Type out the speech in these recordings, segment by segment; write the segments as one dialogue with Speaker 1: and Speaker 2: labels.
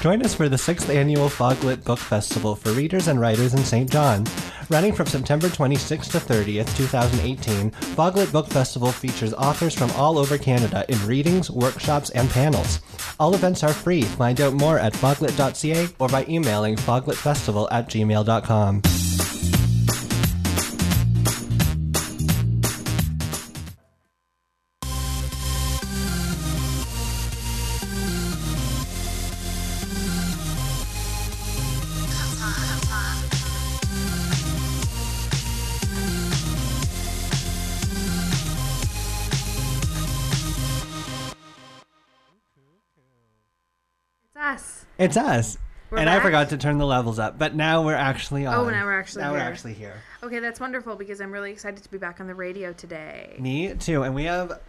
Speaker 1: Join us for the 6th annual Foglit Book Festival for readers and writers in St. John. Running from September 26th to 30th, 2018, Foglit Book Festival features authors from all over Canada in readings, workshops, and panels. All events are free. Find out more at foglit.ca or by emailing foglitfestival at gmail.com.
Speaker 2: It's us.
Speaker 1: It's us.
Speaker 2: We're
Speaker 1: and I
Speaker 2: back?
Speaker 1: forgot to turn the levels up, but now we're actually on.
Speaker 2: Oh, now we're actually
Speaker 1: now we're
Speaker 2: here.
Speaker 1: actually here.
Speaker 2: Okay, that's wonderful because I'm really excited to be back on the radio today.
Speaker 1: Me too. And we have,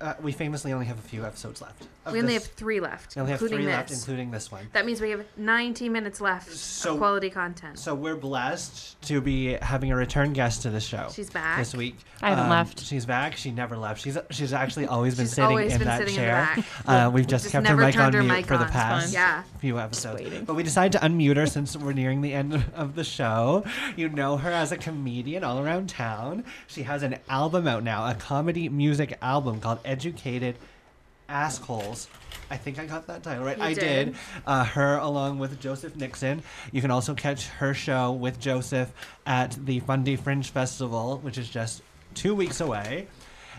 Speaker 1: uh, we famously only have a few episodes left. of
Speaker 2: We only
Speaker 1: this-
Speaker 2: have three left,
Speaker 1: we only have
Speaker 2: including
Speaker 1: three
Speaker 2: this.
Speaker 1: left, including this one.
Speaker 2: that means we have 90 minutes left
Speaker 1: So-
Speaker 2: of quality content.
Speaker 1: So we're blessed to be having a return guest to the show.
Speaker 2: She's back.
Speaker 1: this week. Um,
Speaker 3: I haven't left.
Speaker 1: She's back. She never left. She's she's actually always been
Speaker 2: She's
Speaker 1: sitting
Speaker 2: always
Speaker 1: in
Speaker 2: been
Speaker 1: that
Speaker 2: sitting in the
Speaker 1: chair.
Speaker 2: back.
Speaker 1: Uh, we've just,
Speaker 2: Just
Speaker 1: kept her
Speaker 2: never
Speaker 1: mic on
Speaker 2: turned her
Speaker 1: mute
Speaker 2: mic
Speaker 1: for the
Speaker 2: on. It's
Speaker 1: past
Speaker 3: fine.
Speaker 2: Yeah.
Speaker 1: few episodes.
Speaker 3: waiting.
Speaker 1: But we decided to unmute her since we're nearing the end of the show. You know her as a comedian all around town. She has an album out now, a comedy music album called Educated Assholes. I think I got that title right.
Speaker 2: You
Speaker 1: I
Speaker 2: did.
Speaker 1: did. Uh, her along with Joseph Nixon. You can also catch her show with Joseph at the Fundy Fringe Festival, which is just two weeks away.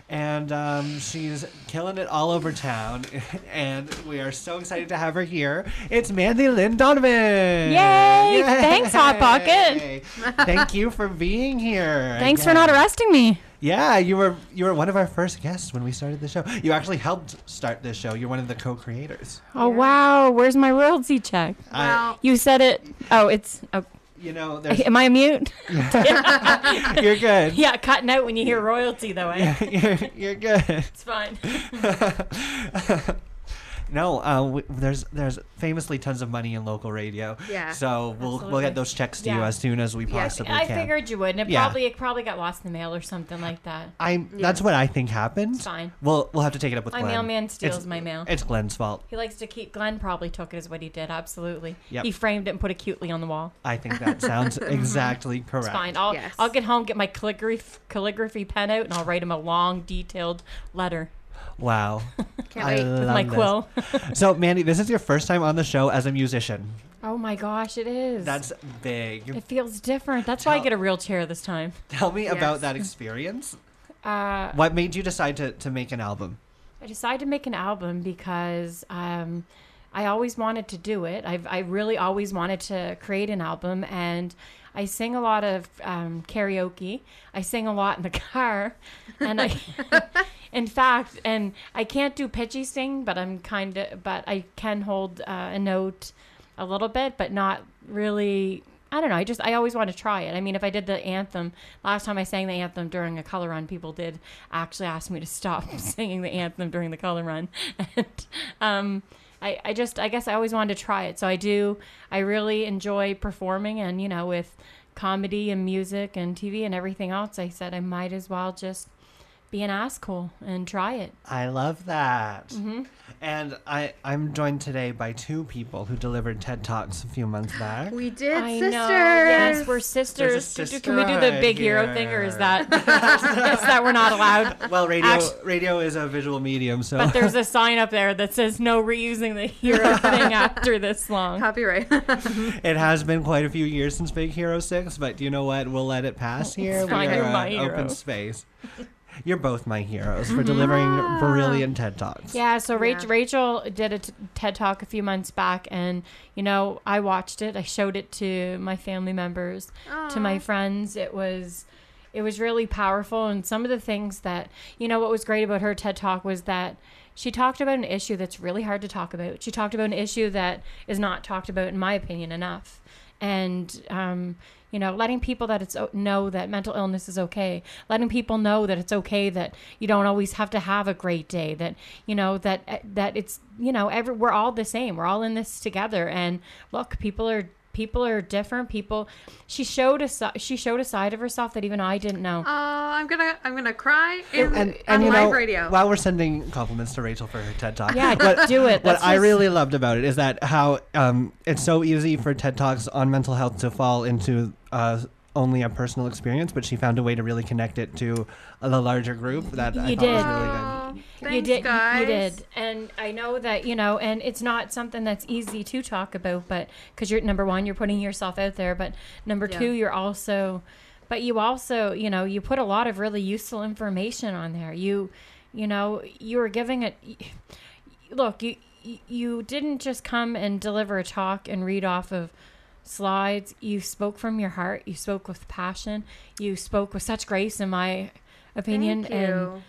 Speaker 1: And um, she's killing it all over town. And we are so excited to have her here. It's Mandy Lynn Donovan.
Speaker 3: Yay! Thanks, Hot Pocket.
Speaker 1: Thank you for being here.
Speaker 3: Thanks for
Speaker 1: again.
Speaker 3: not arresting me.
Speaker 1: Yeah, you were you were one of our first guests when we started the show. You actually helped start this show. You're one of the co-creators.
Speaker 3: Oh
Speaker 2: Yeah.
Speaker 3: wow, where's my royalty check?
Speaker 1: I-
Speaker 2: well,
Speaker 3: You said it. Oh, it's. Oh,
Speaker 1: you know, there's,
Speaker 3: am I mute?
Speaker 1: you're good.
Speaker 3: yeah, cutting out when you hear royalty though. Eh?
Speaker 1: you're, you're good.
Speaker 3: It's fine.
Speaker 1: no, uh, w there's there's famously tons of money in local radio.
Speaker 2: Yeah,
Speaker 1: So we'll we'll
Speaker 3: absolutely.
Speaker 1: get those checks to you
Speaker 3: Yeah.
Speaker 1: as soon as we possibly
Speaker 3: I
Speaker 1: can.
Speaker 3: figured you would, and it
Speaker 1: Yeah.
Speaker 3: probably it probably got lost in the mail or something like that.
Speaker 1: I that's what I think happened.
Speaker 3: It's fine.
Speaker 1: We'll we'll have to take it up with
Speaker 3: My
Speaker 1: Glenn.
Speaker 3: mailman steals
Speaker 1: It's-
Speaker 3: my mail.
Speaker 1: It's Glenn's fault.
Speaker 3: He likes to keep. Glenn probably took it as what he did. Absolutely.
Speaker 1: Yep.
Speaker 3: He framed it and put it cutely on the wall.
Speaker 1: I think that sounds exactly correct.
Speaker 3: Mm-hmm. It's fine. I'll
Speaker 2: Yes.
Speaker 3: I'll get home, get my calligraphy calligraphy pen out, and I'll write him a long, detailed letter
Speaker 1: Wow.
Speaker 2: can't
Speaker 1: I
Speaker 2: wait.
Speaker 1: love
Speaker 3: with my
Speaker 1: this.
Speaker 3: quill.
Speaker 1: So, Mandy, this is your first time on the show as a musician.
Speaker 3: oh my gosh, it is.
Speaker 1: That's big.
Speaker 3: It feels different. That's why I
Speaker 1: Tell-
Speaker 3: get a real chair this time.
Speaker 1: Tell me about
Speaker 2: Yes.
Speaker 1: that experience.
Speaker 3: Uh,
Speaker 1: What made you decide to, to make an album?
Speaker 3: I decided to make an album because um, I always wanted to do it. I've, I really always wanted to create an album, and I sing a lot of um, karaoke. I sing a lot in the car, and I, in fact, and I can't do pitchy sing, but I'm kind of, but I can hold uh, a note a little bit, but not really. I don't know. I just I always want to try it. I mean, if I did the anthem last time, I sang the anthem during a color run. People did actually ask me to stop singing the anthem during the color run, and um, I I just I guess I always wanted to try it. So I do. I really enjoy performing, and you know, with comedy and music and TV and everything else, I said I might as well just be an asshole and try it.
Speaker 1: I love that.
Speaker 3: Mm-hmm.
Speaker 1: And I, I'm joined today by two people who delivered TED Talks a few months back.
Speaker 2: we did,
Speaker 3: I
Speaker 2: sisters.
Speaker 3: know. Yes, we're sisters.
Speaker 1: There's a
Speaker 3: Do- do- Can we do the
Speaker 1: sisterhood
Speaker 3: big hero thing, or is
Speaker 1: here.
Speaker 3: that is that we're not allowed?
Speaker 1: Well, radio
Speaker 3: Actu-
Speaker 1: radio is a visual medium, so
Speaker 3: But there's a sign up there that says no reusing the hero thing after this long.
Speaker 2: Copyright. Uh,
Speaker 1: it has been quite a few years since Big Hero 6, but you know what? We'll let it pass here.
Speaker 3: fine.
Speaker 1: We are
Speaker 3: You're
Speaker 1: an
Speaker 3: my Mm-hmm. hero.
Speaker 1: open space. You're both my heroes for
Speaker 3: Ah.
Speaker 1: delivering brilliant TED Talks.
Speaker 3: Yeah, so Rach-
Speaker 2: Yeah.
Speaker 3: Rachel did a t- TED talk a few months back, and you know, I watched it. I showed it to my family members, to my friends. It was, it was really powerful. And some of the things that you know, what was great about her TED talk was that she talked about an issue that's really hard to talk about. She talked about an issue that is not talked about, in my opinion, enough. And um, you know, letting people that it's o- know that mental illness is okay, letting people know that it's okay that you don't always have to have a great day, that eh, you know that that it's you know every we're all the same, we're all in this together, and look, people are people are different. People, she showed a si- she showed a side of herself that even I didn't know.
Speaker 2: Oh, I'm gonna I'm gonna cry in,
Speaker 1: Oh, and,
Speaker 2: on
Speaker 1: and you
Speaker 2: live
Speaker 1: know,
Speaker 2: radio.
Speaker 1: while we're sending compliments to Rachel for her TED Talk,
Speaker 3: Yeah,
Speaker 1: what,
Speaker 3: do
Speaker 1: What
Speaker 3: it. That's
Speaker 1: I
Speaker 3: just-
Speaker 1: really loved about it is that how um, it's so easy for TED Talks on mental health to fall into uh, only a personal experience, but she found a way to really connect it to the larger group that I
Speaker 3: You
Speaker 1: thought was really good.
Speaker 3: did.
Speaker 2: Aw, Oh, thanks,
Speaker 3: you did,
Speaker 2: guys.
Speaker 3: you did, and I know that you know, and it's not something that's easy to talk about, but because you're number one, you're putting yourself out there, but number
Speaker 2: Yeah.
Speaker 3: two, you're also, but you also, you know, you put a lot of really useful information on there. You, you know, you were giving it. Look, you you didn't just come and deliver a talk and read off of slides. You spoke from your heart. You spoke with passion. You spoke with such grace, in my opinion,
Speaker 2: Thank
Speaker 3: and.
Speaker 2: you.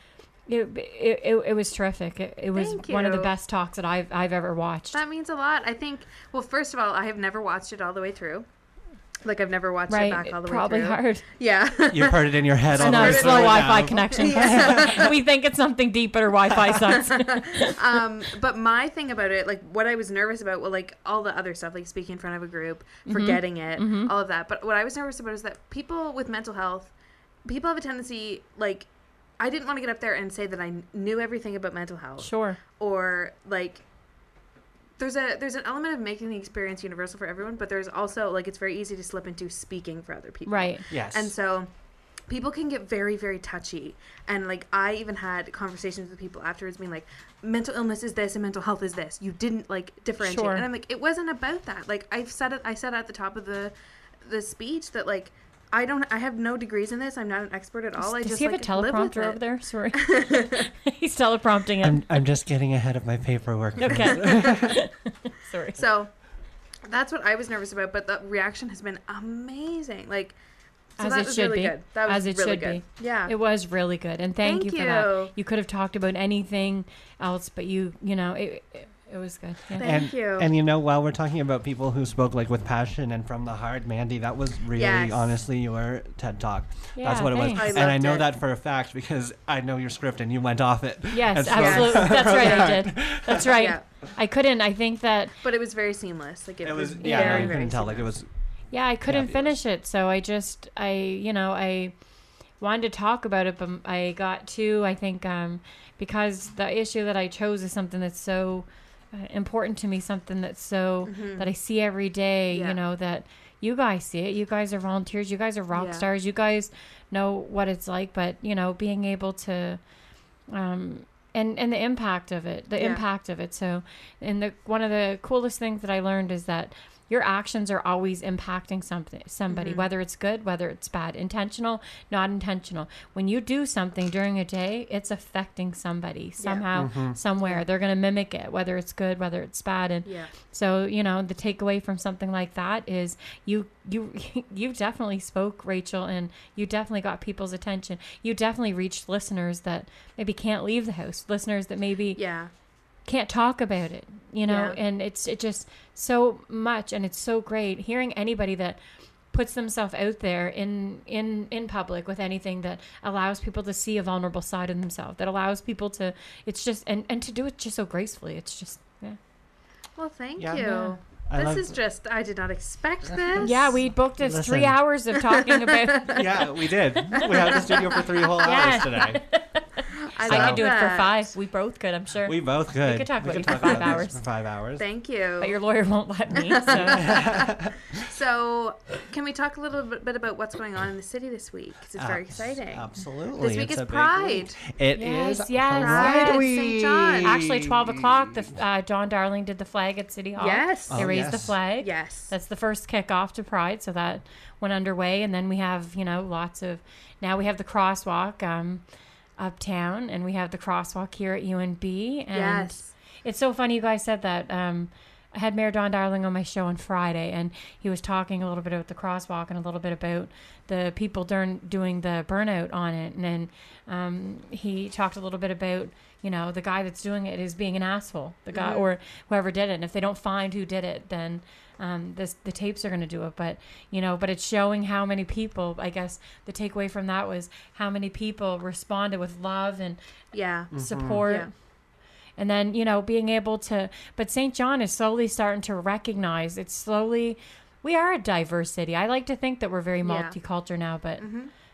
Speaker 3: It, it, it, it was terrific. It, it was
Speaker 2: Thank
Speaker 3: one of the
Speaker 2: you.
Speaker 3: best talks that I've, I've ever watched.
Speaker 2: That means a lot. I think. Well, first of all, I have never watched it all the way through. Like I've never watched it
Speaker 3: right?
Speaker 2: back all the
Speaker 3: Probably
Speaker 2: way through.
Speaker 3: hard.
Speaker 2: Yeah.
Speaker 1: You've heard it in your head. all the
Speaker 3: No,
Speaker 1: way
Speaker 3: slow
Speaker 1: through now.
Speaker 3: Wi Fi connection. we think it's something deep, but our Wi Fi sucks.
Speaker 2: um, but my thing about it, like what I was nervous about, well, like all the other stuff, like speaking in front of a group,
Speaker 3: Mm-hmm.
Speaker 2: forgetting it, all of that. But what I was nervous about is that people with mental health, people have a tendency, like, I didn't want to get up there and say that I kn- knew everything about mental health,
Speaker 3: sure.
Speaker 2: or like. There's a there's an element of making the experience universal for everyone, but there's also like it's very easy to slip into speaking for other people.
Speaker 3: Right.
Speaker 1: Yes.
Speaker 2: And so people can get very, very touchy. And like I even had conversations with people afterwards being like, mental illness is this and mental health is this. You didn't like differentiate.
Speaker 3: Sure.
Speaker 2: And I'm like, it wasn't about that. Like I've said it I said at the top of the the speech that like I don't I have no degrees in this. I'm not an expert at all. I
Speaker 3: Does
Speaker 2: just
Speaker 3: he have
Speaker 2: like,
Speaker 3: a
Speaker 2: live with
Speaker 3: teleprompter
Speaker 2: it.
Speaker 3: over there? Sorry. He's teleprompting it.
Speaker 1: I'm, I'm just getting ahead of my paperwork.
Speaker 3: okay. Sorry.
Speaker 2: So that's what I was nervous about, but the reaction has been amazing. Like so
Speaker 3: As
Speaker 2: that
Speaker 3: it
Speaker 2: was
Speaker 3: should
Speaker 2: really
Speaker 3: be.
Speaker 2: good. That was
Speaker 3: As it
Speaker 2: really
Speaker 3: should
Speaker 2: good. Yeah.
Speaker 3: It was really good, and thank,
Speaker 2: Thank
Speaker 3: you for that.
Speaker 2: you.
Speaker 3: You could have talked about anything else, but you, you know, it, it, it was good. Yeah.
Speaker 2: Thank
Speaker 1: and,
Speaker 2: you.
Speaker 1: And you know, while we're talking about people who spoke like with passion and from the heart, Mandy, that was really
Speaker 2: Yes.
Speaker 1: honestly your TED talk. That's
Speaker 3: Yeah,
Speaker 1: what it was.
Speaker 3: thanks. I
Speaker 1: and I
Speaker 2: loved
Speaker 1: know
Speaker 2: it.
Speaker 1: that for a fact because I know your script and you went off it.
Speaker 3: Yes,
Speaker 1: and spoke.
Speaker 3: absolutely. That's right. I did. That's right.
Speaker 2: Yeah.
Speaker 3: I couldn't. I think that
Speaker 2: but it was very seamless. Like it,
Speaker 1: It was
Speaker 2: was
Speaker 1: yeah,
Speaker 2: very,
Speaker 1: you
Speaker 2: very
Speaker 1: can tell
Speaker 2: seamless.
Speaker 1: like it was
Speaker 3: yeah, I couldn't
Speaker 1: Fabulous.
Speaker 3: finish it. So I just I you know I wanted to talk about it, but I got too. I think um, because the issue that I chose is something that's so uh, important to me, something that's so that I see every day.
Speaker 2: Mm-hmm. Yeah.
Speaker 3: You know that you guys see it. You guys are volunteers. You guys are rock
Speaker 2: Yeah.
Speaker 3: stars. You guys know what it's like. But you know, being able to um, and and the impact of it, the
Speaker 2: Yeah.
Speaker 3: impact of it. So, and the one of the coolest things that I learned is that your actions are always impacting something, somebody, whether it's good, whether it's bad, intentional, not intentional. When you do something during a day, it's affecting somebody somehow, somewhere. They're going to mimic it, whether it's good, whether it's bad, and
Speaker 2: Yeah.
Speaker 3: so you know the takeaway from something like that is you you you definitely spoke Rachel and you definitely got people's attention. You definitely reached listeners that maybe can't leave the house, listeners that maybe
Speaker 2: Yeah.
Speaker 3: can't talk about it, you know.
Speaker 2: Yeah.
Speaker 3: And it's it just so much and it's so great hearing anybody that puts themselves out there in in in public with anything that allows people to see a vulnerable side of themselves that allows people to it's just and and to do it just so gracefully it's just yeah
Speaker 2: Well, thank
Speaker 1: Yeah.
Speaker 2: you.
Speaker 3: Yeah.
Speaker 1: I
Speaker 2: this
Speaker 1: love-
Speaker 2: is just I did not expect this.
Speaker 3: Yeah, we booked us
Speaker 1: Listen.
Speaker 3: three hours of talking about.
Speaker 1: Yeah, we did. We had the studio for three whole
Speaker 3: Yeah.
Speaker 1: hours today.
Speaker 2: I,
Speaker 1: So-
Speaker 3: I
Speaker 2: love
Speaker 3: could do it for
Speaker 2: that.
Speaker 3: five. We both could, I'm sure.
Speaker 1: We both could.
Speaker 3: could talk about it for
Speaker 1: about
Speaker 3: five
Speaker 1: this
Speaker 3: hours.
Speaker 1: For five hours.
Speaker 2: Thank you.
Speaker 3: but your lawyer won't let me. So.
Speaker 2: so, can we talk a little bit, bit about what's going on in the city this week? 'Cause it's very
Speaker 1: Abs-
Speaker 2: exciting.
Speaker 1: Absolutely.
Speaker 2: This week
Speaker 1: It's
Speaker 2: is
Speaker 1: a big
Speaker 2: Pride.
Speaker 1: week. It
Speaker 3: Yes,
Speaker 1: is
Speaker 3: yes,
Speaker 1: Pride
Speaker 2: yes.
Speaker 1: Week.
Speaker 2: St. John.
Speaker 3: Actually, 12 o'clock, the, uh, John Darling did the flag at City Hall.
Speaker 2: Yes.
Speaker 3: They
Speaker 1: Oh,
Speaker 3: raised the
Speaker 1: yes.
Speaker 3: flag.
Speaker 2: Yes.
Speaker 3: That's the first kickoff to Pride, so that went underway. And then we have, you know, lots of. Now we have the crosswalk um, uptown, and we have the crosswalk here at UNB. And
Speaker 2: yes.
Speaker 3: It's so funny you guys said that. Um, I had Mayor Don Darling on my show on Friday, and he was talking a little bit about the crosswalk and a little bit about the people during, doing the burnout on it. And then um, he talked a little bit about, you know, the guy that's doing it is being an asshole, the
Speaker 2: Mm-hmm.
Speaker 3: guy or whoever did it. And if they don't find who did it, then um, this, the tapes are going to do it. But, you know, but it's showing how many people, I guess the takeaway from that was how many people responded with love and
Speaker 2: Yeah.
Speaker 1: Mm.
Speaker 3: support
Speaker 2: Mm-hmm. Yeah.
Speaker 3: and then you know being able to but st john is slowly starting to recognize it's slowly we are a diverse city. I like to think that we're very
Speaker 2: Yeah. Mm-hmm.
Speaker 3: multicultural now, but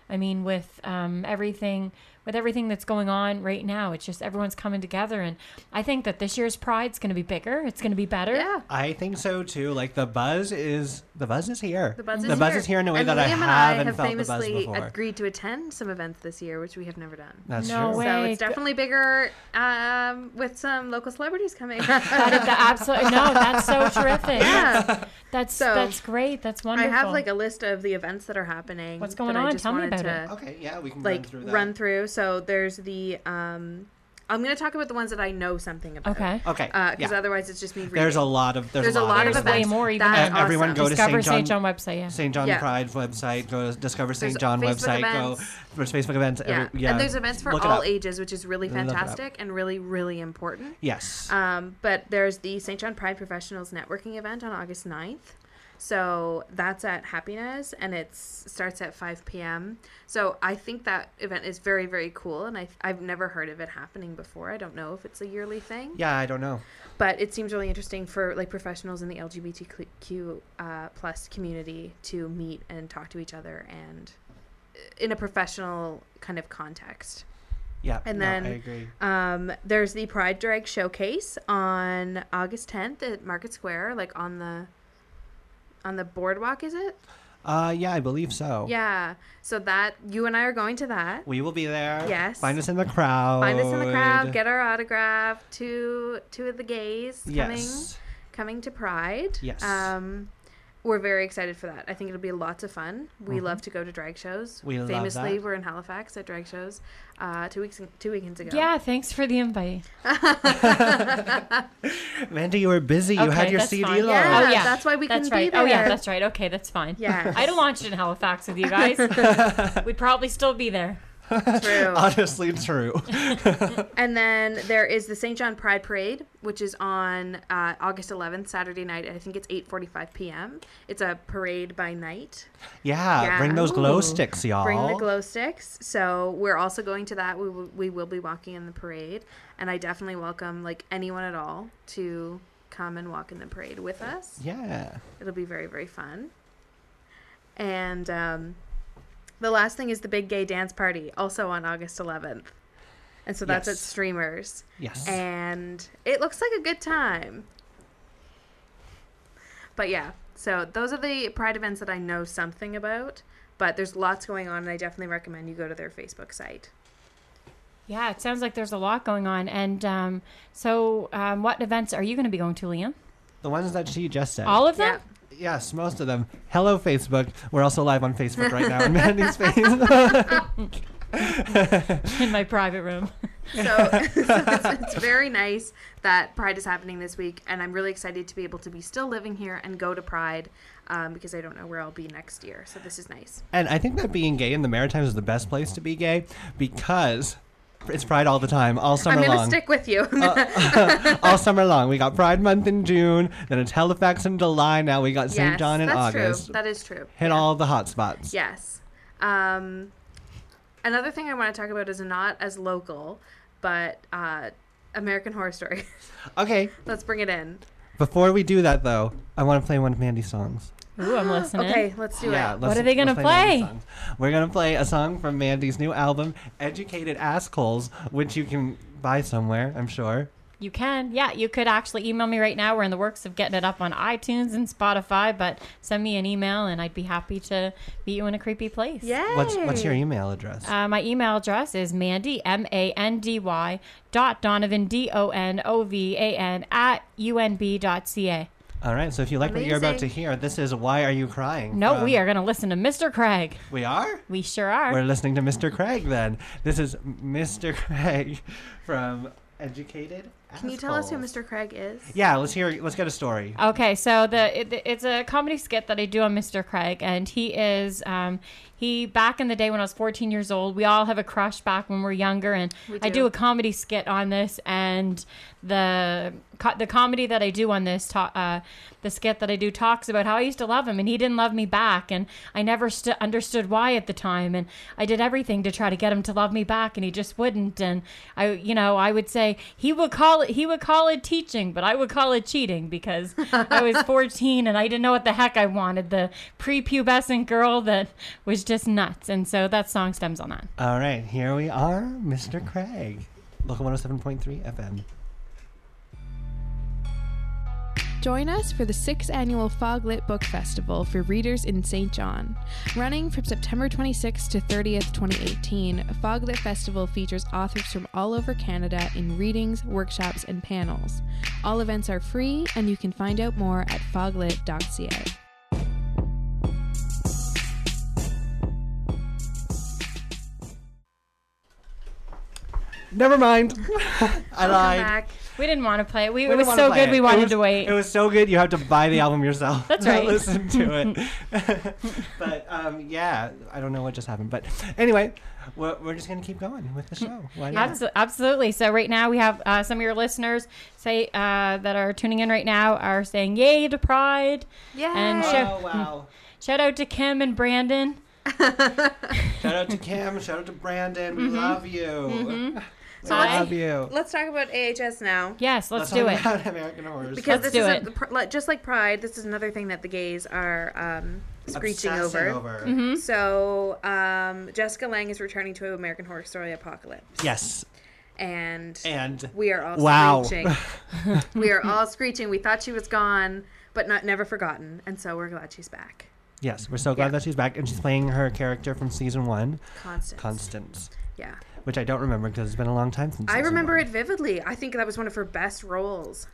Speaker 3: I mean, with um, everything with everything that's going on right now, it's just everyone's coming together, and I think that this year's Pride's going to be bigger. It's going to be better.
Speaker 2: Yeah.
Speaker 1: I think so too. Like the buzz is the buzz is here.
Speaker 2: The buzz, is, here.
Speaker 1: in a way
Speaker 2: and
Speaker 1: that
Speaker 2: Liam
Speaker 1: I
Speaker 2: and
Speaker 1: haven't
Speaker 2: I have
Speaker 1: felt the buzz
Speaker 2: famously
Speaker 1: before.
Speaker 2: agreed to attend some events this year, which we have never done.
Speaker 1: That's
Speaker 3: No
Speaker 1: true.
Speaker 3: way.
Speaker 2: So
Speaker 3: Wait,
Speaker 2: it's definitely bigger um, with some local celebrities coming.
Speaker 3: That is the absolute no. That's so terrific.
Speaker 2: yeah.
Speaker 3: That's
Speaker 2: So,
Speaker 3: that's great. That's
Speaker 2: I
Speaker 3: wonderful.
Speaker 2: have like a list of the events that are happening.
Speaker 3: What's going
Speaker 2: that I
Speaker 3: on?
Speaker 2: just
Speaker 3: Tell me
Speaker 2: wanted
Speaker 3: about
Speaker 2: to,
Speaker 3: it.
Speaker 1: Okay, yeah, we can
Speaker 2: Like
Speaker 1: run through that.
Speaker 2: So there's the um, I'm going to talk about the ones that I know something about.
Speaker 3: okay.
Speaker 1: okay,
Speaker 2: Because
Speaker 1: yeah.
Speaker 2: otherwise it's just me. Reading.
Speaker 1: There's a lot of there's,
Speaker 2: There's a lot of
Speaker 3: There's
Speaker 1: events.
Speaker 3: way
Speaker 2: events.
Speaker 3: more even.
Speaker 2: That's
Speaker 1: And everyone
Speaker 2: awesome.
Speaker 1: go to
Speaker 3: Discover
Speaker 1: St. John,
Speaker 3: St. John website. Yeah.
Speaker 1: St. John
Speaker 2: Yeah.
Speaker 1: Pride's website. Go to Discover St.
Speaker 2: There's
Speaker 1: John
Speaker 2: Facebook
Speaker 1: website. Go
Speaker 2: events.
Speaker 1: there's Facebook events.
Speaker 2: yeah.
Speaker 1: Every, yeah.
Speaker 2: and there's events for
Speaker 1: Look it
Speaker 2: all
Speaker 1: up.
Speaker 2: ages, which is really
Speaker 1: Look it up.
Speaker 2: fantastic and really, really important.
Speaker 1: Yes.
Speaker 2: Um, but there's the St. John Pride Professionals Networking event on August 9th. So that's at Happiness and it starts at 5 p.m. So I think that event is very, very cool. And I, I've never heard of it happening before. I don't know if it's a yearly thing,
Speaker 1: yeah, I don't know.
Speaker 2: but it seems really interesting for like professionals in the LGBTQ uh, plus community to meet and talk to each other and uh, in a professional kind of context.
Speaker 1: Yeah.
Speaker 2: And
Speaker 1: no,
Speaker 2: then-
Speaker 1: I agree.
Speaker 2: Um, there's the Pride Drag Showcase on August 10th at Market Square, like on the on the boardwalk, is it?
Speaker 1: Uh, yeah, I believe so.
Speaker 2: Yeah. So that you and I are going to that.
Speaker 1: We will be there.
Speaker 2: Yes.
Speaker 1: Find us in the crowd.
Speaker 2: Find us in the crowd, get our autograph. Two two of the gays
Speaker 1: Yes.
Speaker 2: coming coming to Pride.
Speaker 1: Yes.
Speaker 2: Um, we're very excited for that. I think it'll be lots of fun. We love to go to drag shows.
Speaker 1: Mm-hmm. We love
Speaker 2: famously
Speaker 1: that.
Speaker 2: we're in Halifax at drag shows uh, two weeks two weekends ago.
Speaker 3: Yeah, thanks for the invite.
Speaker 1: Mandy, you were busy. You had
Speaker 3: Okay,
Speaker 1: your
Speaker 3: that's
Speaker 1: CD
Speaker 3: fine.
Speaker 1: launch.
Speaker 2: Yeah.
Speaker 3: Oh yeah,
Speaker 2: that's why we
Speaker 3: that's
Speaker 2: couldn't be
Speaker 3: right. Oh yeah,
Speaker 2: there.
Speaker 3: that's right. Okay, that's fine.
Speaker 2: Yes.
Speaker 3: I'd have launched in Halifax with you guys. We'd probably still be there.
Speaker 2: True.
Speaker 1: Honestly, true.
Speaker 2: And then there is the St. John Pride Parade, which is on uh, August 11th, Saturday night. and I think it's 8:45 p.m. It's a parade by night.
Speaker 1: Yeah,
Speaker 2: Yeah.
Speaker 1: bring those glow
Speaker 3: Ooh.
Speaker 1: sticks, y'all.
Speaker 2: Bring the glow sticks. So we're also going to that. We will, we will be walking in the parade, and I definitely welcome like anyone at all to come and walk in the parade with us.
Speaker 1: Yeah.
Speaker 2: It'll be very very fun. And um, the last thing is the big gay dance party, also on August 11th. And so that's
Speaker 1: Yes.
Speaker 2: at Streamers.
Speaker 1: Yes.
Speaker 2: and it looks like a good time. But yeah, so those are the Pride events that I know something about. But there's lots going on, and I definitely recommend you go to their Facebook site.
Speaker 3: Yeah, it sounds like there's a lot going on. And um, so, um, what events are you going to be going to, Liam?
Speaker 1: the ones that she just said.
Speaker 3: All of them?
Speaker 2: Yeah,
Speaker 1: yes, most of them. Hello, Facebook. We're also live on Facebook right now in Mandy's face.
Speaker 3: in my private room.
Speaker 2: so, so it's, it's very nice that Pride is happening this week, and I'm really excited to be able to be still living here and go to Pride um, because I don't know where I'll be next year. So this is nice.
Speaker 1: And I think that being gay in the Maritimes is the best place to be gay because it's Pride all the time, all summer
Speaker 2: I'm gonna
Speaker 1: long.
Speaker 2: stick with you.
Speaker 1: Uh, all summer long. We got Pride Month in June, then it's Halifax in July. Now we got St.
Speaker 2: Yes,
Speaker 1: John in
Speaker 2: that's
Speaker 1: August.
Speaker 2: True. That is true.
Speaker 1: Hit all the hot spots.
Speaker 2: Yes. Um, another thing I want to talk about is not as local, but uh, American Horror Story.
Speaker 1: Okay.
Speaker 2: Let's bring it in.
Speaker 1: Before we do that, though, I want to play one of Mandy's songs.
Speaker 3: Ooh, I'm listening.
Speaker 2: Okay, let's do it.
Speaker 1: Eh? let's-
Speaker 3: are they
Speaker 1: let's Mandy's
Speaker 3: gonna play?
Speaker 1: songs. We're gonna play a song from Mandy's new album, "Educated Assholes," which you can buy somewhere, I'm sure.
Speaker 3: You can. Yeah, you could actually email me right now. We're in the works of getting it up on iTunes and Spotify, but send me an email and I'd be happy to meet you in a creepy place.
Speaker 2: Yeah.
Speaker 1: What's What's your email address?
Speaker 3: Uh, my email address is mandy, M A N D Y, dot Donovan, D O N O V A N, at UNB dot CA.
Speaker 1: All right. So if you like what you're about to
Speaker 2: amazing.
Speaker 1: hear, this is "Why Are You Crying?"
Speaker 3: No,
Speaker 1: from-
Speaker 3: we are going to listen to Mr. Craig.
Speaker 1: We are.
Speaker 3: We sure are.
Speaker 1: Um, We're listening to Mr. Craig. Then this is Mr. Craig from "Educated."
Speaker 2: Can you tell us who
Speaker 1: Assholes.
Speaker 2: Mr. Craig is?
Speaker 1: Yeah, let's hear. Let's get a story.
Speaker 3: Okay, so the it, it's a comedy skit that I do on Mr. Craig, and he is um, he back in the day when I was 14 years old. We all have a crush back when we're younger, and I do
Speaker 2: do.
Speaker 3: a comedy skit on this, and the co- the comedy that I do on this ta- uh, the skit that I do talks about how I used to love him and he didn't love me back and I never st- understood why at the time and I did everything to try to get him to love me back and he just wouldn't and I you know I would say he would call it he would call it teaching but I would call it cheating because I was 14 and I didn't know what the heck I wanted the prepubescent girl that was just nuts and so that song stems on that.
Speaker 1: All right, here we are, Mr. Craig. Local 107.3 FM.
Speaker 4: Join us for the sixth annual Foglit Book Festival for readers in St. John. Running from September 26th to 30th, 2018, Foglit Festival features authors from all over Canada in readings, workshops, and panels. All events are free, and you can find out more at foglit.ca.
Speaker 1: Never mind. I
Speaker 2: Welcome
Speaker 1: lied.
Speaker 2: back.
Speaker 3: We didn't want to play it. We,
Speaker 1: We
Speaker 3: it was
Speaker 1: didn't wanna
Speaker 3: so
Speaker 1: play
Speaker 3: good. We
Speaker 1: it.
Speaker 3: wanted
Speaker 1: It was-
Speaker 3: to wait.
Speaker 1: It was so good. You have to buy the album yourself.
Speaker 3: That's
Speaker 1: to
Speaker 3: right.
Speaker 1: Listen to it. but um, yeah, I don't know what just happened. But anyway, we're, we're just gonna keep going with the show. Why not?
Speaker 3: Abso- Absolutely. So right now we have uh, some of your listeners say uh, that are tuning in right now are saying yay to Pride.
Speaker 2: Yeah.
Speaker 3: And
Speaker 1: Oh
Speaker 3: show-
Speaker 1: wow!
Speaker 3: Shout out to Kim and Brandon.
Speaker 1: shout out to Kim. Shout out to Brandon. We
Speaker 3: Mm-hmm.
Speaker 1: love you. We
Speaker 2: So let's-
Speaker 1: love you.
Speaker 2: Let's talk about AHS now.
Speaker 3: Yes, let's do
Speaker 1: talk
Speaker 3: it.
Speaker 1: About American Horror Story.
Speaker 2: Because
Speaker 3: Let's
Speaker 2: this is
Speaker 3: do
Speaker 2: a, pr- like- just like Pride, this is another thing that the gays are um, screeching
Speaker 1: Obsessing
Speaker 2: over.
Speaker 3: Mm-hmm.
Speaker 2: So um, Jessica Lang is returning to American Horror Story Apocalypse,
Speaker 1: Yes,
Speaker 2: and
Speaker 1: and
Speaker 2: we are all
Speaker 1: Wow.
Speaker 2: screeching. we are all screeching. We thought she was gone, but not never forgotten, and so we're glad she's back.
Speaker 1: yes, we're so glad
Speaker 2: Yeah.
Speaker 1: that she's back, and she's playing her character from season one,
Speaker 2: Constant.
Speaker 1: Constance,
Speaker 2: yeah,
Speaker 1: which I don't remember because it's been a long time since.
Speaker 2: I
Speaker 1: season
Speaker 2: remember
Speaker 1: one.
Speaker 2: it vividly. I think that was one of her best roles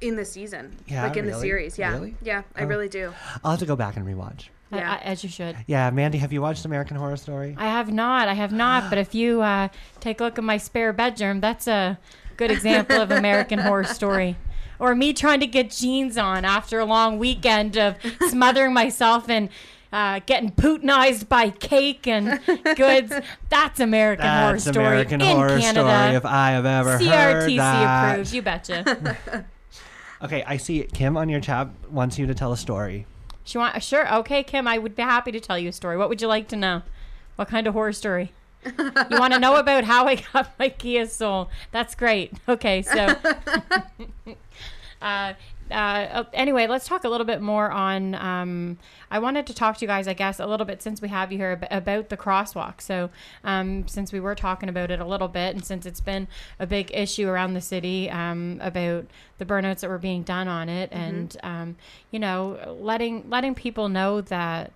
Speaker 2: in the season,
Speaker 1: Yeah,
Speaker 2: like in the
Speaker 1: really?
Speaker 2: series. Yeah,
Speaker 1: Really?
Speaker 2: yeah, I
Speaker 1: Oh.
Speaker 2: really do.
Speaker 1: I'll have to go back and rewatch.
Speaker 3: I-
Speaker 2: Yeah.
Speaker 3: I- Uh, as you should.
Speaker 1: Yeah, Mandy, have you watched American Horror Story?
Speaker 3: I have not. I have not. But if you uh, take a look at my spare bedroom, that's a good example of American Horror Story. Or me trying to get jeans on after a long weekend of smothering myself and uh, getting putinized by cake and goods. That's American Horror
Speaker 1: That's
Speaker 3: Story
Speaker 1: American
Speaker 3: in
Speaker 1: Horror Story if
Speaker 3: Canada.
Speaker 1: I have ever heard
Speaker 3: CRTC
Speaker 1: that.
Speaker 3: approved. You betcha.
Speaker 1: Okay, I see it. Kim on your chat wants you to tell a story.
Speaker 3: she want sure. Okay, Kim, I would be happy to tell you a story. What would you like to know? What kind of horror story? You want to know about how I got my Kia Soul? That's great. Okay, so uh, uh, anyway, let's talk a little bit more on. Um, I wanted to talk to you guys, I guess, a little bit since we have you here ab- about the crosswalk. So, um, since we were talking about it a little bit, and since it's been a big issue around the city um, about the burnouts that were being done on it, and um, you know, letting letting people know that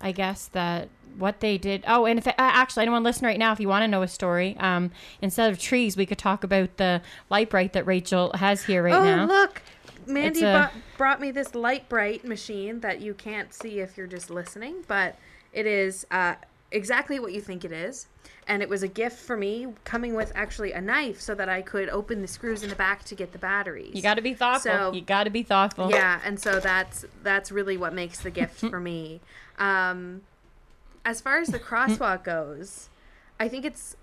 Speaker 3: I guess that what they did. Oh, and if uh, actually anyone listening right now, if you want to know a story, um, instead of trees, we could talk about the light bright that Rachel has here right
Speaker 2: oh
Speaker 3: now.
Speaker 2: look, Mandy
Speaker 3: It's a-
Speaker 2: brought, brought me this light bright machine that you can't see if you're just listening, but it is uh, exactly what you think it is. And it was a gift for me, coming with actually a knife, so that I could open the screws in the back to get the batteries.
Speaker 3: You got to be thoughtful.
Speaker 2: So-
Speaker 3: you got to be thoughtful.
Speaker 2: Yeah, and so that's that's really what makes the gift for me. Um, as far as the crosswalk goes, I think it's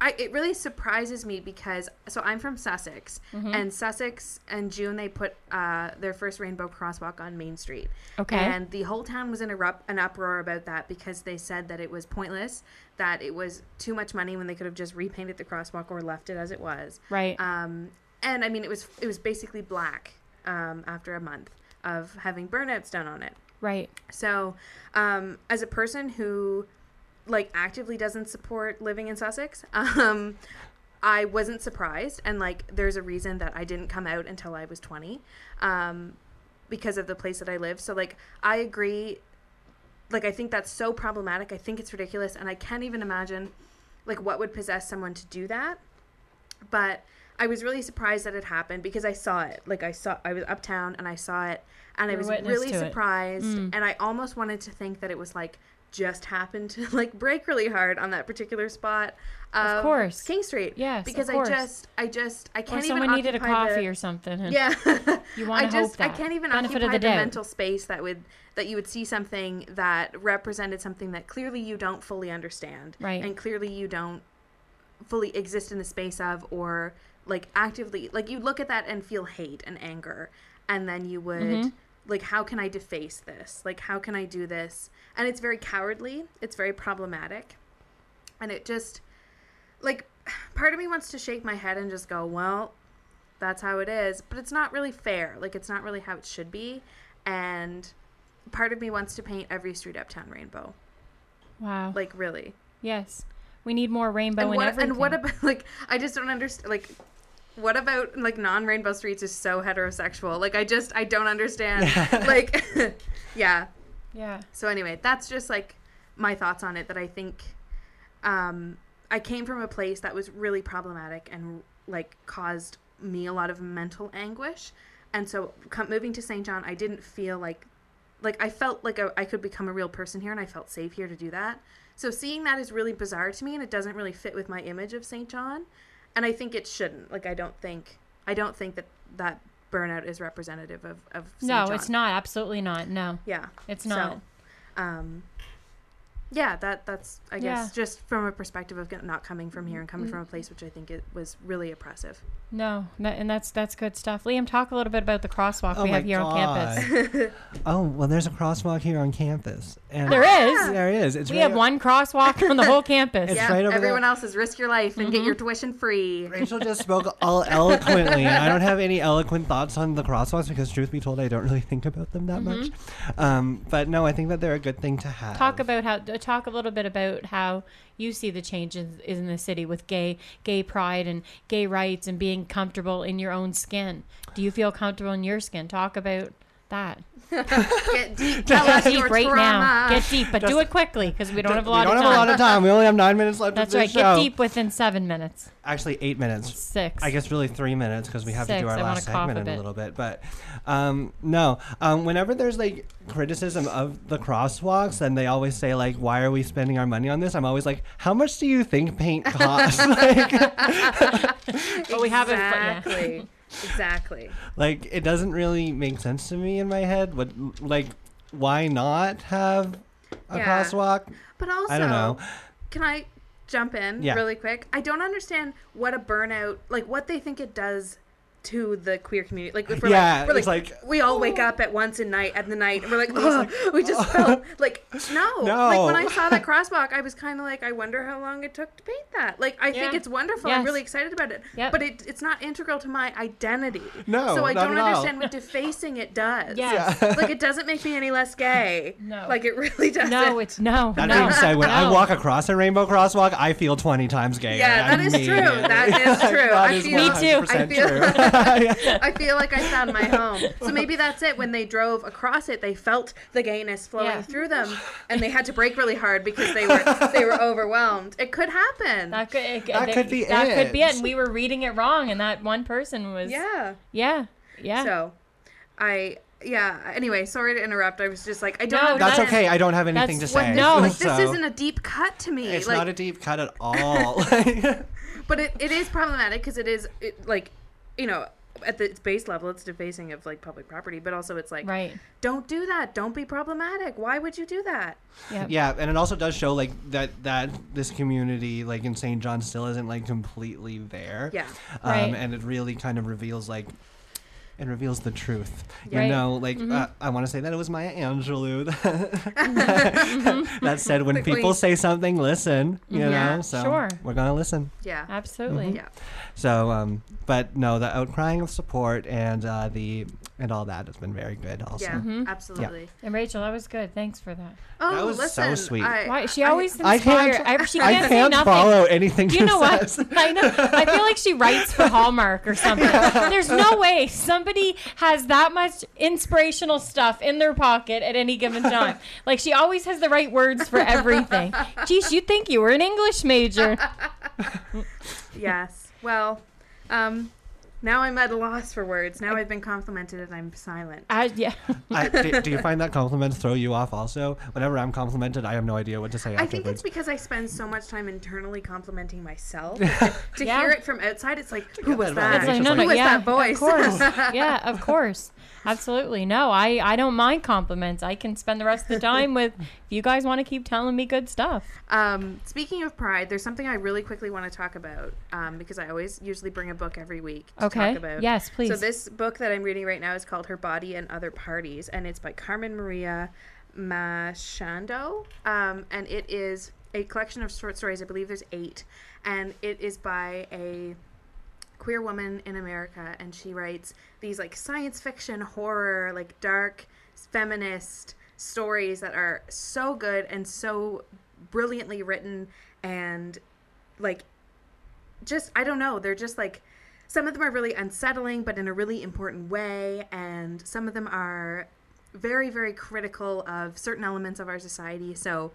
Speaker 2: I, it really surprises me because so I'm from Sussex,
Speaker 3: Mm-hmm.
Speaker 2: and Sussex in June they put uh, their first rainbow crosswalk on Main Street.
Speaker 3: Okay.
Speaker 2: and the whole town was in a rup- an uproar about that because they said that it was pointless, that it was too much money when they could have just repainted the crosswalk or left it as it was.
Speaker 3: Right.
Speaker 2: Um, and I mean, it was it was basically black um, after a month of having burnouts done on it.
Speaker 3: right.
Speaker 2: So, um, as a person who like actively doesn't support living in Sussex, um, I wasn't surprised. And like, there's a reason that I didn't come out until I was 20 um, because of the place that I live. So like, I agree. Like, I think that's so problematic. I think it's ridiculous, and I can't even imagine like what would possess someone to do that but I was really surprised that it happened because I saw it. Like I saw, I was uptown and I saw it, and I
Speaker 3: You were
Speaker 2: was
Speaker 3: witness
Speaker 2: really
Speaker 3: to it.
Speaker 2: surprised.
Speaker 3: Hmm.
Speaker 2: And I almost wanted to think that it was like just happened to like break really hard on that particular spot. Of,
Speaker 3: course.
Speaker 2: King Street.
Speaker 3: Yes, of
Speaker 2: because
Speaker 3: course.
Speaker 2: I just, I just, I can't
Speaker 3: Or
Speaker 2: even.
Speaker 3: someone needed a
Speaker 2: occupy
Speaker 3: coffee
Speaker 2: the-
Speaker 3: or something. and
Speaker 2: yeah.
Speaker 3: You
Speaker 2: I
Speaker 3: want to
Speaker 2: just
Speaker 3: hope that.
Speaker 2: I can't even
Speaker 3: Benefit
Speaker 2: occupy
Speaker 3: of the,
Speaker 2: the,
Speaker 3: doubt.
Speaker 2: mental space that would that you would see something that represented something that clearly you don't fully understand,
Speaker 3: Right.
Speaker 2: And clearly you don't fully exist in the space of or like actively like you look at that and feel hate and anger and then you would
Speaker 3: Mm-hmm.
Speaker 2: like how can i deface this like how can i do this and it's very cowardly it's very problematic and it just like part of me wants to shake my head and just go well that's how it is but it's not really fair like it's not really how it should be and part of me wants to paint every street uptown rainbow
Speaker 3: Wow.
Speaker 2: like really
Speaker 3: yes. We need more rainbow
Speaker 2: and
Speaker 3: in
Speaker 2: what,
Speaker 3: everything.
Speaker 2: and what about like i just don't understand like what about like non-rainbow streets is so heterosexual like i just i don't understand like yeah
Speaker 3: yeah.
Speaker 2: so anyway that's just like my thoughts on it that i think um i came from a place that was really problematic and like caused me a lot of mental anguish and so com- moving to st john i didn't feel like like i felt like a, i could become a real person here and i felt safe here to do that so seeing that is really bizarre to me and it doesn't really fit with my image of st john and i think it shouldn't like i don't think i don't think that that burnout is representative of of St.
Speaker 3: No,
Speaker 2: John.
Speaker 3: it's not. Absolutely not. No.
Speaker 2: yeah
Speaker 3: It's
Speaker 2: So,
Speaker 3: not.
Speaker 2: um yeah that that's i guess
Speaker 3: Yeah. Mm-hmm.
Speaker 2: just from a perspective of not coming from here and coming from a place which i think it was really oppressive
Speaker 3: No, that, and that's that's good stuff. Liam, talk a little bit about the crosswalk
Speaker 1: Oh
Speaker 3: we have here on campus.
Speaker 1: campus. oh, well, there's a crosswalk here on campus. And
Speaker 3: There is.
Speaker 1: There is. It's
Speaker 3: We
Speaker 1: right
Speaker 3: have
Speaker 1: o-
Speaker 3: one crosswalk on the whole campus.
Speaker 1: It's
Speaker 2: yeah
Speaker 1: right over
Speaker 2: everyone
Speaker 1: there.
Speaker 2: else is risk your life and get your
Speaker 3: Mm-hmm.
Speaker 2: tuition free
Speaker 1: Rachel just spoke all eloquently, and I don't have any eloquent thoughts on the crosswalks because, truth be told, I don't really think about them that much. Um, but no, I think that they're a good thing to have.
Speaker 3: Mm-hmm. Talk about how uh, talk a little bit about how you see the changes in the city with gay gay pride and gay rights and being comfortable in your own skin. Do you feel comfortable in your skin? Talk about that.
Speaker 2: get deep tell
Speaker 3: Get
Speaker 2: us
Speaker 3: deep
Speaker 2: your
Speaker 3: right now.
Speaker 2: trauma.
Speaker 3: Get deep, but do it quickly because we don't have a lot
Speaker 1: we don't
Speaker 3: of
Speaker 1: have a
Speaker 3: time.
Speaker 1: lot of time. We only have nine minutes left.
Speaker 3: That's
Speaker 1: of
Speaker 3: right.
Speaker 1: this
Speaker 3: Get
Speaker 1: show.
Speaker 3: deep within seven minutes.
Speaker 1: Actually, eight minutes.
Speaker 3: Six.
Speaker 1: I guess really three minutes because we have to
Speaker 3: Six,
Speaker 1: do our
Speaker 3: I wanna
Speaker 1: last
Speaker 3: cough a
Speaker 1: segment in a
Speaker 3: bit.
Speaker 1: little bit. But um, no, um, whenever there's like criticism of the crosswalks and they always say like, "Why are we spending our money on this?" I'm always like, "How much do you think paint costs?" like,
Speaker 3: But we haven't. Yeah.
Speaker 2: exactly exactly
Speaker 1: like, it doesn't really make sense to me in my head. What like why not have a
Speaker 2: Yeah.
Speaker 1: crosswalk?
Speaker 2: but also
Speaker 1: I don't know.
Speaker 2: can i jump in
Speaker 1: Yeah.
Speaker 2: really quick i don't understand what a burnout like what they think it does to the queer community like if we're,
Speaker 1: Yeah,
Speaker 2: like, we're
Speaker 1: it's
Speaker 2: like,
Speaker 1: like, oh.
Speaker 2: we all wake up at once at night at the night and we're like "Ugh," we just felt like no.
Speaker 1: No.
Speaker 2: like when i saw that crosswalk i was kind of like i wonder how long it took to paint that like i think
Speaker 3: Yeah.
Speaker 2: it's wonderful i'm
Speaker 3: Yes.
Speaker 2: really excited about it
Speaker 3: Yep.
Speaker 2: but it, it's not integral to my identity
Speaker 1: No,
Speaker 2: so i
Speaker 1: not
Speaker 2: don't
Speaker 1: at all.
Speaker 2: understand what defacing it does
Speaker 3: Yes.
Speaker 2: like it doesn't make me any less gay
Speaker 3: No.
Speaker 2: like it really doesn't
Speaker 3: No, it's no.
Speaker 1: That
Speaker 3: no,
Speaker 1: being said, when I
Speaker 3: no.
Speaker 1: walk across a rainbow crosswalk, I feel twenty times gayer.
Speaker 2: Yeah, that is true.
Speaker 1: immediately.
Speaker 2: That is true.
Speaker 1: That
Speaker 2: I
Speaker 1: is
Speaker 2: feel- Me
Speaker 3: too.
Speaker 1: 100%
Speaker 2: I feel-
Speaker 1: true. Yeah.
Speaker 2: I feel like I found my home. So maybe that's it. When they drove across it, they felt the gayness flowing
Speaker 3: Yeah.
Speaker 2: through them, and they had to brake really hard because they were they were overwhelmed. It could happen.
Speaker 3: That could, it,
Speaker 1: That could be
Speaker 3: that could be
Speaker 1: it.
Speaker 3: it. And we were reading it wrong, and that one person was.
Speaker 2: yeah.
Speaker 3: Yeah. Yeah.
Speaker 2: So, I yeah. Anyway, sorry to interrupt. I was just like I don't.
Speaker 3: No,
Speaker 2: know
Speaker 1: That's
Speaker 3: That is-
Speaker 1: okay. I don't have anything to
Speaker 3: that's-
Speaker 1: say.
Speaker 3: what- no.
Speaker 2: Like this
Speaker 1: So,
Speaker 2: isn't a deep cut to me.
Speaker 1: It's
Speaker 2: like,
Speaker 1: not a deep cut at all. Like,
Speaker 2: but it, it is problematic because it is it, like, you know, at the its base level, it's defacing of like public property, but also it's like
Speaker 3: Right.
Speaker 2: don't do that. Don't be problematic. Why would you do that?
Speaker 3: Yeah.
Speaker 1: yeah, and it also does show like that that this community, like in St. John, still isn't like completely there.
Speaker 2: Yeah.
Speaker 1: Um,
Speaker 3: Right.
Speaker 1: And it really kind of reveals like. It reveals the truth, you
Speaker 3: Right.
Speaker 1: know. Like
Speaker 2: Mm-hmm.
Speaker 1: uh, I want to say that it was Maya Angelou that, that said, "When
Speaker 2: The
Speaker 1: people
Speaker 2: queen.
Speaker 1: say something, listen." You
Speaker 2: Mm-hmm. Yeah,
Speaker 1: know, so
Speaker 3: sure.
Speaker 1: we're gonna listen.
Speaker 2: Yeah.
Speaker 3: Absolutely.
Speaker 2: Yeah.
Speaker 1: So, um, but no, the outcrying of support and uh, the and all that has been very good. Also,
Speaker 2: Yeah.
Speaker 3: Mm-hmm.
Speaker 2: Absolutely.
Speaker 3: And Rachel, that was good. Thanks for that.
Speaker 2: Oh,
Speaker 1: That was so
Speaker 2: listen,
Speaker 1: sweet.
Speaker 2: I,
Speaker 3: Why she
Speaker 2: I-
Speaker 3: always
Speaker 1: I can't-
Speaker 3: inspired. I, she
Speaker 1: I
Speaker 3: can't,
Speaker 1: can't
Speaker 3: say nothing.
Speaker 1: follow anything.
Speaker 3: Do you
Speaker 1: she
Speaker 3: know what?
Speaker 1: says.
Speaker 3: I know. I feel like she writes for Hallmark or something. There's no way somebody has that much inspirational stuff in their pocket at any given time. Like she always has the right words for everything. Geez, you'd think you were an English major.
Speaker 2: yes. Well, um, Now I'm at a loss for words. Now I've been complimented and I'm silent.
Speaker 3: I, yeah.
Speaker 1: I, do, do you find that compliments throw you off also? Whenever I'm complimented, I have no idea what to say
Speaker 2: I
Speaker 1: afterwards.
Speaker 2: think it's because I spend so much time internally complimenting myself. to
Speaker 3: Yeah.
Speaker 2: hear it from outside, it's like, who was
Speaker 1: validation.
Speaker 2: that?
Speaker 1: It's like, no,
Speaker 2: who
Speaker 1: no,
Speaker 2: was
Speaker 3: yeah,
Speaker 2: that voice?
Speaker 3: Of course. yeah, of course. Absolutely. No, I, I don't mind compliments. I can spend the rest of the time with if you guys want to keep telling me good stuff.
Speaker 2: Um, speaking of pride, there's something I really quickly want to talk about um, because I always usually bring a book every week to
Speaker 3: Okay.
Speaker 2: talk about.
Speaker 3: Yes,
Speaker 2: So
Speaker 3: please.
Speaker 2: this book that I'm reading right now is called Her Body and Other Parties, and it's by Carmen Maria Machado, um, and it is a collection of short stories. I believe there's eight, and it is by a queer woman in America, and she writes these like science fiction, horror, like dark feminist stories that are so good and so brilliantly written and like just I don't know, they're just like some of them are really unsettling but in a really important way and some of them are very very critical of certain elements of our society. So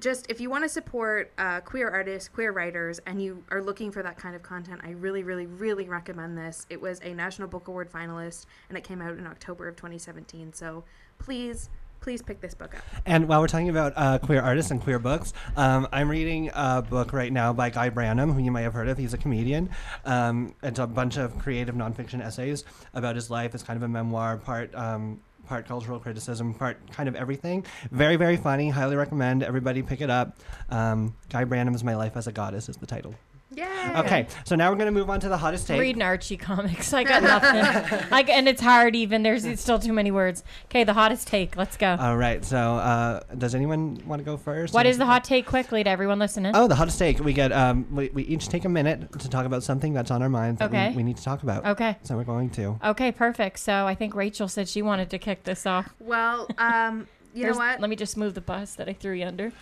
Speaker 2: just if you want to support uh, queer artists, queer writers, and you are looking for that kind of content, I really, really, really recommend this. It was a National Book Award finalist, and it came out in October of 2017. So please, please pick this book up.
Speaker 1: And while we're talking about uh, queer artists and queer books, um, I'm reading a book right now by Guy Branum, who you may have heard of. He's a comedian. Um, it's a bunch of creative nonfiction essays about his life. It's kind of a memoir, part um, part cultural criticism, part kind of everything. Very, very funny. Highly recommend everybody pick it up. Um, Guy Branum's My Life as a Goddess is the title.
Speaker 2: Yay!
Speaker 1: Okay, so now we're going to move on to the hottest take.
Speaker 3: Reading Archie comics. I got nothing. Like and it's hard even. There's it's still too many words. Okay, the hottest take. Let's go.
Speaker 1: All right, so uh, does anyone want to go first?
Speaker 3: what is the hot take quickly to everyone listening?
Speaker 1: Oh, the hottest take. We get um, we, we each take a minute to talk about something that's on our minds that
Speaker 3: Okay.
Speaker 1: we, we need to talk about.
Speaker 3: Okay.
Speaker 1: So we're going to.
Speaker 3: Okay, perfect. So I think Rachel said she wanted to kick this off.
Speaker 2: Well, um, you know
Speaker 3: There's-
Speaker 2: what?
Speaker 3: Let me just move the bus that I threw you under.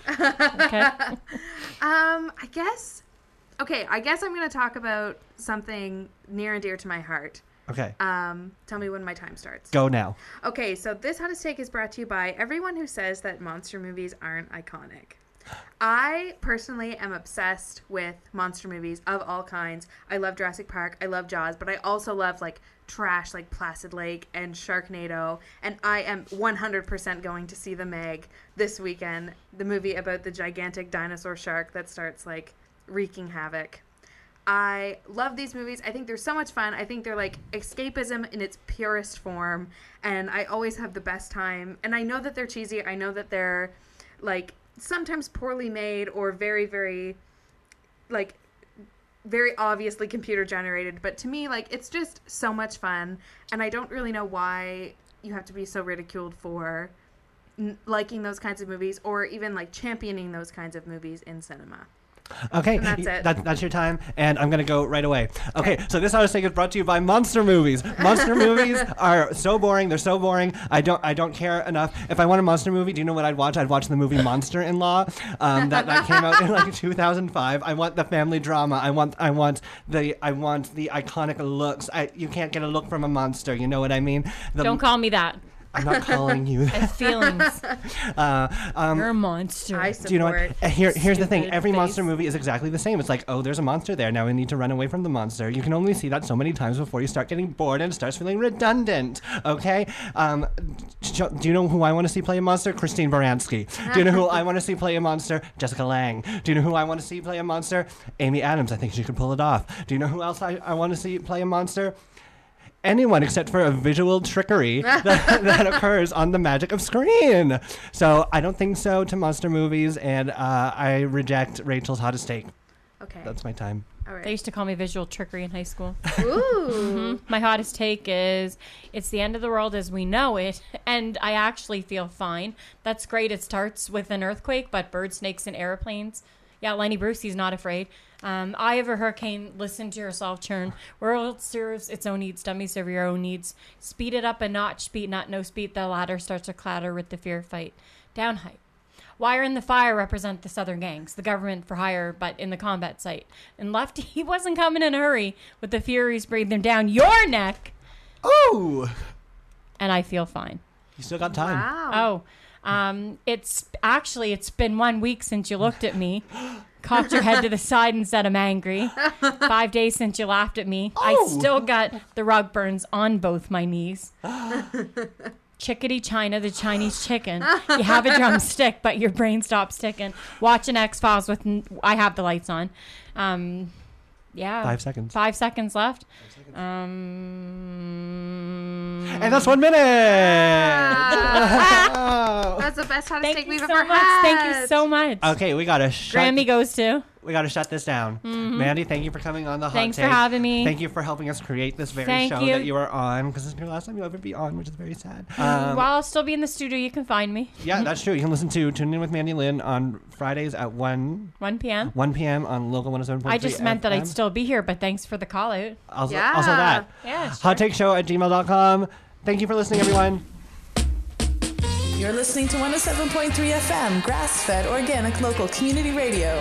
Speaker 3: Okay.
Speaker 2: Um, I guess. Okay, I guess I'm going to talk about something near and dear to my heart.
Speaker 1: Okay.
Speaker 2: Um, tell me when my time starts.
Speaker 1: Go now.
Speaker 2: Okay, so this hottest take is brought to you by everyone who says that monster movies aren't iconic. I personally am obsessed with monster movies of all kinds. I love Jurassic Park, I love Jaws, but I also love like trash like Placid Lake and Sharknado, and I am 100% going to see The Meg this weekend, the movie about the gigantic dinosaur shark that starts like wreaking havoc. I love these movies. I think they're so much fun. I think they're like escapism in its purest form, and I always have the best time. And I know that they're cheesy. I know that they're like sometimes poorly made or very very like very obviously computer generated, but to me like it's just so much fun, and I don't really know why you have to be so ridiculed for n- liking those kinds of movies or even like championing those kinds of movies in cinema.
Speaker 1: Okay.
Speaker 2: And that's it.
Speaker 1: That, that's your time, and I'm gonna go right away. Okay. So this hottest take is brought to you by monster movies. Monster movies are so boring. They're so boring. I don't. I don't care enough. If I want a monster movie, do you know what I'd watch? I'd watch the movie Monster in Law. Um, that that came out in like 2005. I want the family drama. I want. I want the. I want the iconic looks. I, you can't get a look from a monster. You know what I mean? The,
Speaker 3: Don't call me that.
Speaker 1: I'm not calling you.
Speaker 3: I have feelings.
Speaker 1: Uh, um,
Speaker 3: You're a monster.
Speaker 2: I support.
Speaker 1: do you know what? uh, Here, here's the thing.
Speaker 3: Stupid
Speaker 1: Every monster
Speaker 3: face.
Speaker 1: movie is exactly the same. It's like, oh, there's a monster there. Now we need to run away from the monster. You can only see that so many times before you start getting bored and it starts feeling redundant. Okay. Um, jo- do you know who I want to see play a monster? Christine Baranski. Do you know who I want to see play a monster? Jessica Lange. Do you know who I want to see play a monster? Amy Adams. I think she could pull it off. Do you know who else I, I want to see play a monster? anyone except for a visual trickery that, that occurs on the magic of screen. So I don't think so to monster movies, and uh, I reject Rachel's hottest take.
Speaker 2: Okay.
Speaker 1: That's my time.
Speaker 2: All
Speaker 3: They
Speaker 2: right.
Speaker 3: used to call me visual trickery in high school.
Speaker 2: Ooh.
Speaker 3: My hottest take is it's the end of the world as we know it, and I actually feel fine. That's great. It starts with an earthquake, but bird, snakes, and airplanes. Yeah, Lenny Bruce, he's not afraid. Um, eye of a hurricane, listen to yourself churn. World serves its own needs, dummy serve your own needs. Speed it up a notch, speed not no speed. The ladder starts to clatter with the fear fight. Down hype. Wire in the fire represent the Southern gangs, the government for hire, but in the combat site. And Lefty, he wasn't coming in a hurry, with the Furies breathing down your neck,
Speaker 1: Oh,
Speaker 3: and I feel fine.
Speaker 1: you still got time.
Speaker 3: Uh,
Speaker 2: Wow.
Speaker 3: Oh, um, it's actually it's been one week since you looked at me. cocked your head to the side and said, I'm angry. Five days since you laughed at me. I still got the rug burns on both my knees. Chickadee China, the Chinese chicken. You have a drumstick, but your brain stops ticking. Watching X Files with, n- I have the lights on. Um, yeah.
Speaker 1: Five seconds.
Speaker 3: Five seconds left. Um,
Speaker 1: And that's one minute.
Speaker 3: Ah.
Speaker 2: That's the best hot
Speaker 3: thank
Speaker 2: take
Speaker 3: you
Speaker 2: we've
Speaker 3: so
Speaker 2: ever
Speaker 3: much.
Speaker 2: had.
Speaker 3: Thank you so much.
Speaker 1: okay, we gotta shut.
Speaker 3: Grammy goes to.
Speaker 1: We gotta shut this down. Mandy, thank you for coming on the hot
Speaker 3: Thanks for
Speaker 1: Take.
Speaker 3: having me.
Speaker 1: Thank you for helping us create this very
Speaker 3: Thank
Speaker 1: show
Speaker 3: you.
Speaker 1: that you are on because this is your last time you'll ever be on, which is very sad. Um,
Speaker 3: While I'll still be in the studio, you can find me.
Speaker 1: yeah, that's true. You can listen to Tune In with Mandy Lynn on Fridays at 1
Speaker 3: 1 p.m.
Speaker 1: 1 p.m. on local 107.3
Speaker 3: I just meant that
Speaker 1: FM.
Speaker 3: I'd still be here, but thanks for the call out.
Speaker 1: also,
Speaker 2: Yeah.
Speaker 1: also that.
Speaker 3: Yeah, sure.
Speaker 1: Hot Take Show at gmail.com. Thank you for listening, everyone.
Speaker 5: You're listening to 107.3 FM, grass fed, organic, local community radio.